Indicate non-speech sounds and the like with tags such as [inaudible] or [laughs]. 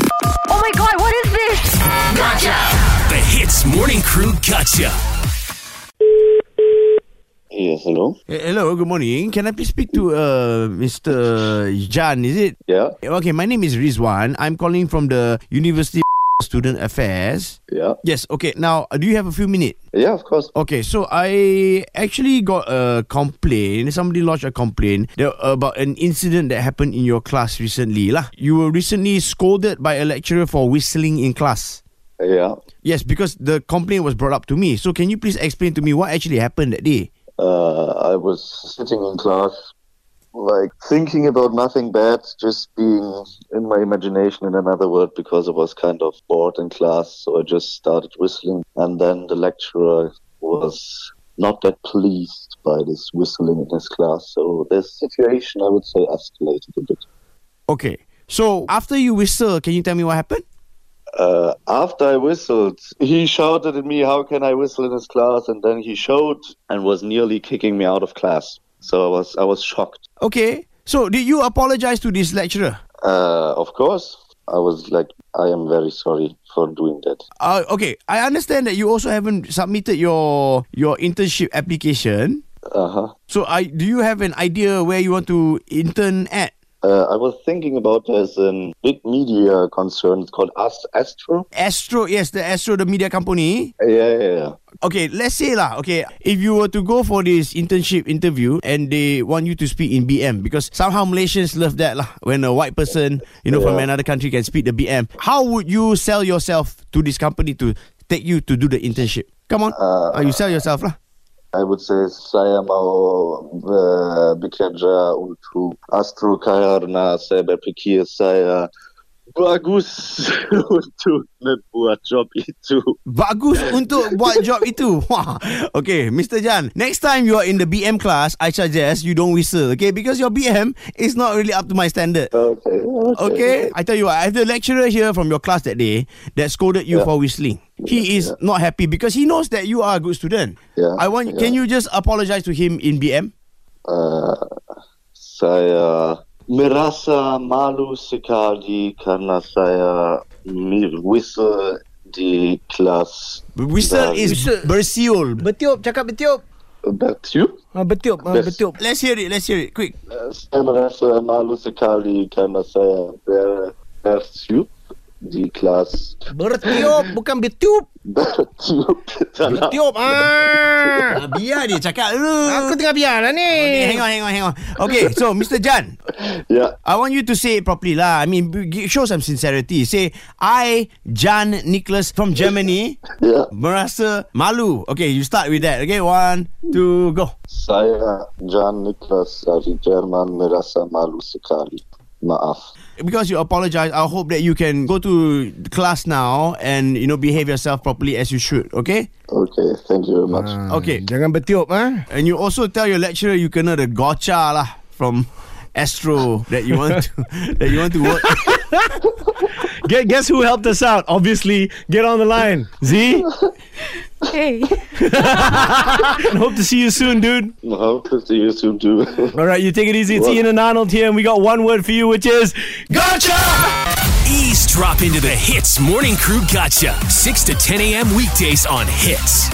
Oh my god, what is this? The Hits Morning Crew Gotcha. Yes, hello. Eh, Hello, good morning. Can I please speak to uh, Mr. Jan, is it? Yeah, Okay, my name is Rizwan. I'm calling from the University Student Affairs. yeah, Yes, okay. Now, uh, do you have a few minutes? yeah. Of course. Okay, so I actually got a complaint. Somebody lodged a complaint that, about an incident that happened in your class recently. Lah. You were recently scolded by a lecturer for whistling in class. Yeah. Yes, because the complaint was brought up to me. So can you please explain to me what actually happened that day? Uh, I was sitting in class, like thinking about nothing bad, just being in my imagination. In another word, because I was kind of bored in class, so I just started whistling, and then the lecturer was not that pleased by this whistling in his class. So the situation, I would say, escalated a bit. Okay. So after you whistle, can you tell me what happened? uh, after I whistled, he shouted at me, How can I whistle in his class? And then he showed and was nearly kicking me out of class. So I was, I was shocked. Okay. So did you apologize to this lecturer? Uh, of course, I was like, I am very sorry for doing that. Uh, okay. I understand that you also haven't submitted your your internship application. Uh huh. So I do you have an idea where you want to intern at? Uh, I was thinking about there's a big media concern. It's called Ast- Astro. Astro, yes, the Astro, the media company. Yeah, yeah, yeah. Okay, let's say lah. Okay, if you were to go for this internship interview and they want you to speak in BM because somehow Malaysians love that lah. When a white person, you know, from Yeah. another country can speak the BM, how would you sell yourself to this company to take you to do the internship? Come on, Uh, Ah, you sell yourself lah. I would say saya mau uh, bekerja untuk Astro karena saya berfikir saya bagus [laughs] untuk membuat job itu. Bagus [laughs] untuk buat job itu. [laughs] Wah. Okay, Mr. Jan, next time you are in the BM class, I suggest you don't whistle, okay? Because your BM is not really up to my standard. Okay. Okay, I tell you what, I have the lecturer here from your class that day that scolded you Yeah. for whistling. He is not happy because he knows that you are a good student. Yeah, I want. yeah. Can you just apologize to him in BM? Uh, saya merasa malu sekali karena saya mi- whistle di kelas Dah. Whistle is bersiul. Betiup, cakap betiup. bertiup. Ha, betiup, ha, Best. betiup. Let's hear it. Let's hear it. Quick. Saya merasa malu sekali karena saya ber- bertiup di [laughs] kelas Bertiup, bukan betiup. bertiup. Tiup. Ah. Ah, biar dia cakap dulu. Aku tengah biar lah ni. Okay, hang on, hang on, hang on. Okay, so Mr. Jan, yeah. I want you to say it properly lah. I mean, b- g- show some sincerity. Say, I, Jan Nicholas [laughs] from Germany, Yeah. merasa malu. Okay, you start with that. Okay, one, two, go. Saya Jan Niklas dari Jerman merasa malu sekali. Maaf. Because you apologize, I hope that you can go to class now and, you know, behave yourself properly as you should. Okay? Okay, thank you very much. Okay. Jangan betiup, ha? And you also tell your lecturer you kena the gotcha lah from Astro that you want to, that you want to work. Gue- guess who helped us out? Obviously, get on the line. Z, Hey. and [laughs] hope to see you soon, dude. Hope to see you soon too. [laughs] All right, you take it easy. It's Ian and Arnold here, and we got one word for you, which is Ease drop into the Hits Morning Crew Gotcha. 6 to 10 a.m. weekdays on Hits.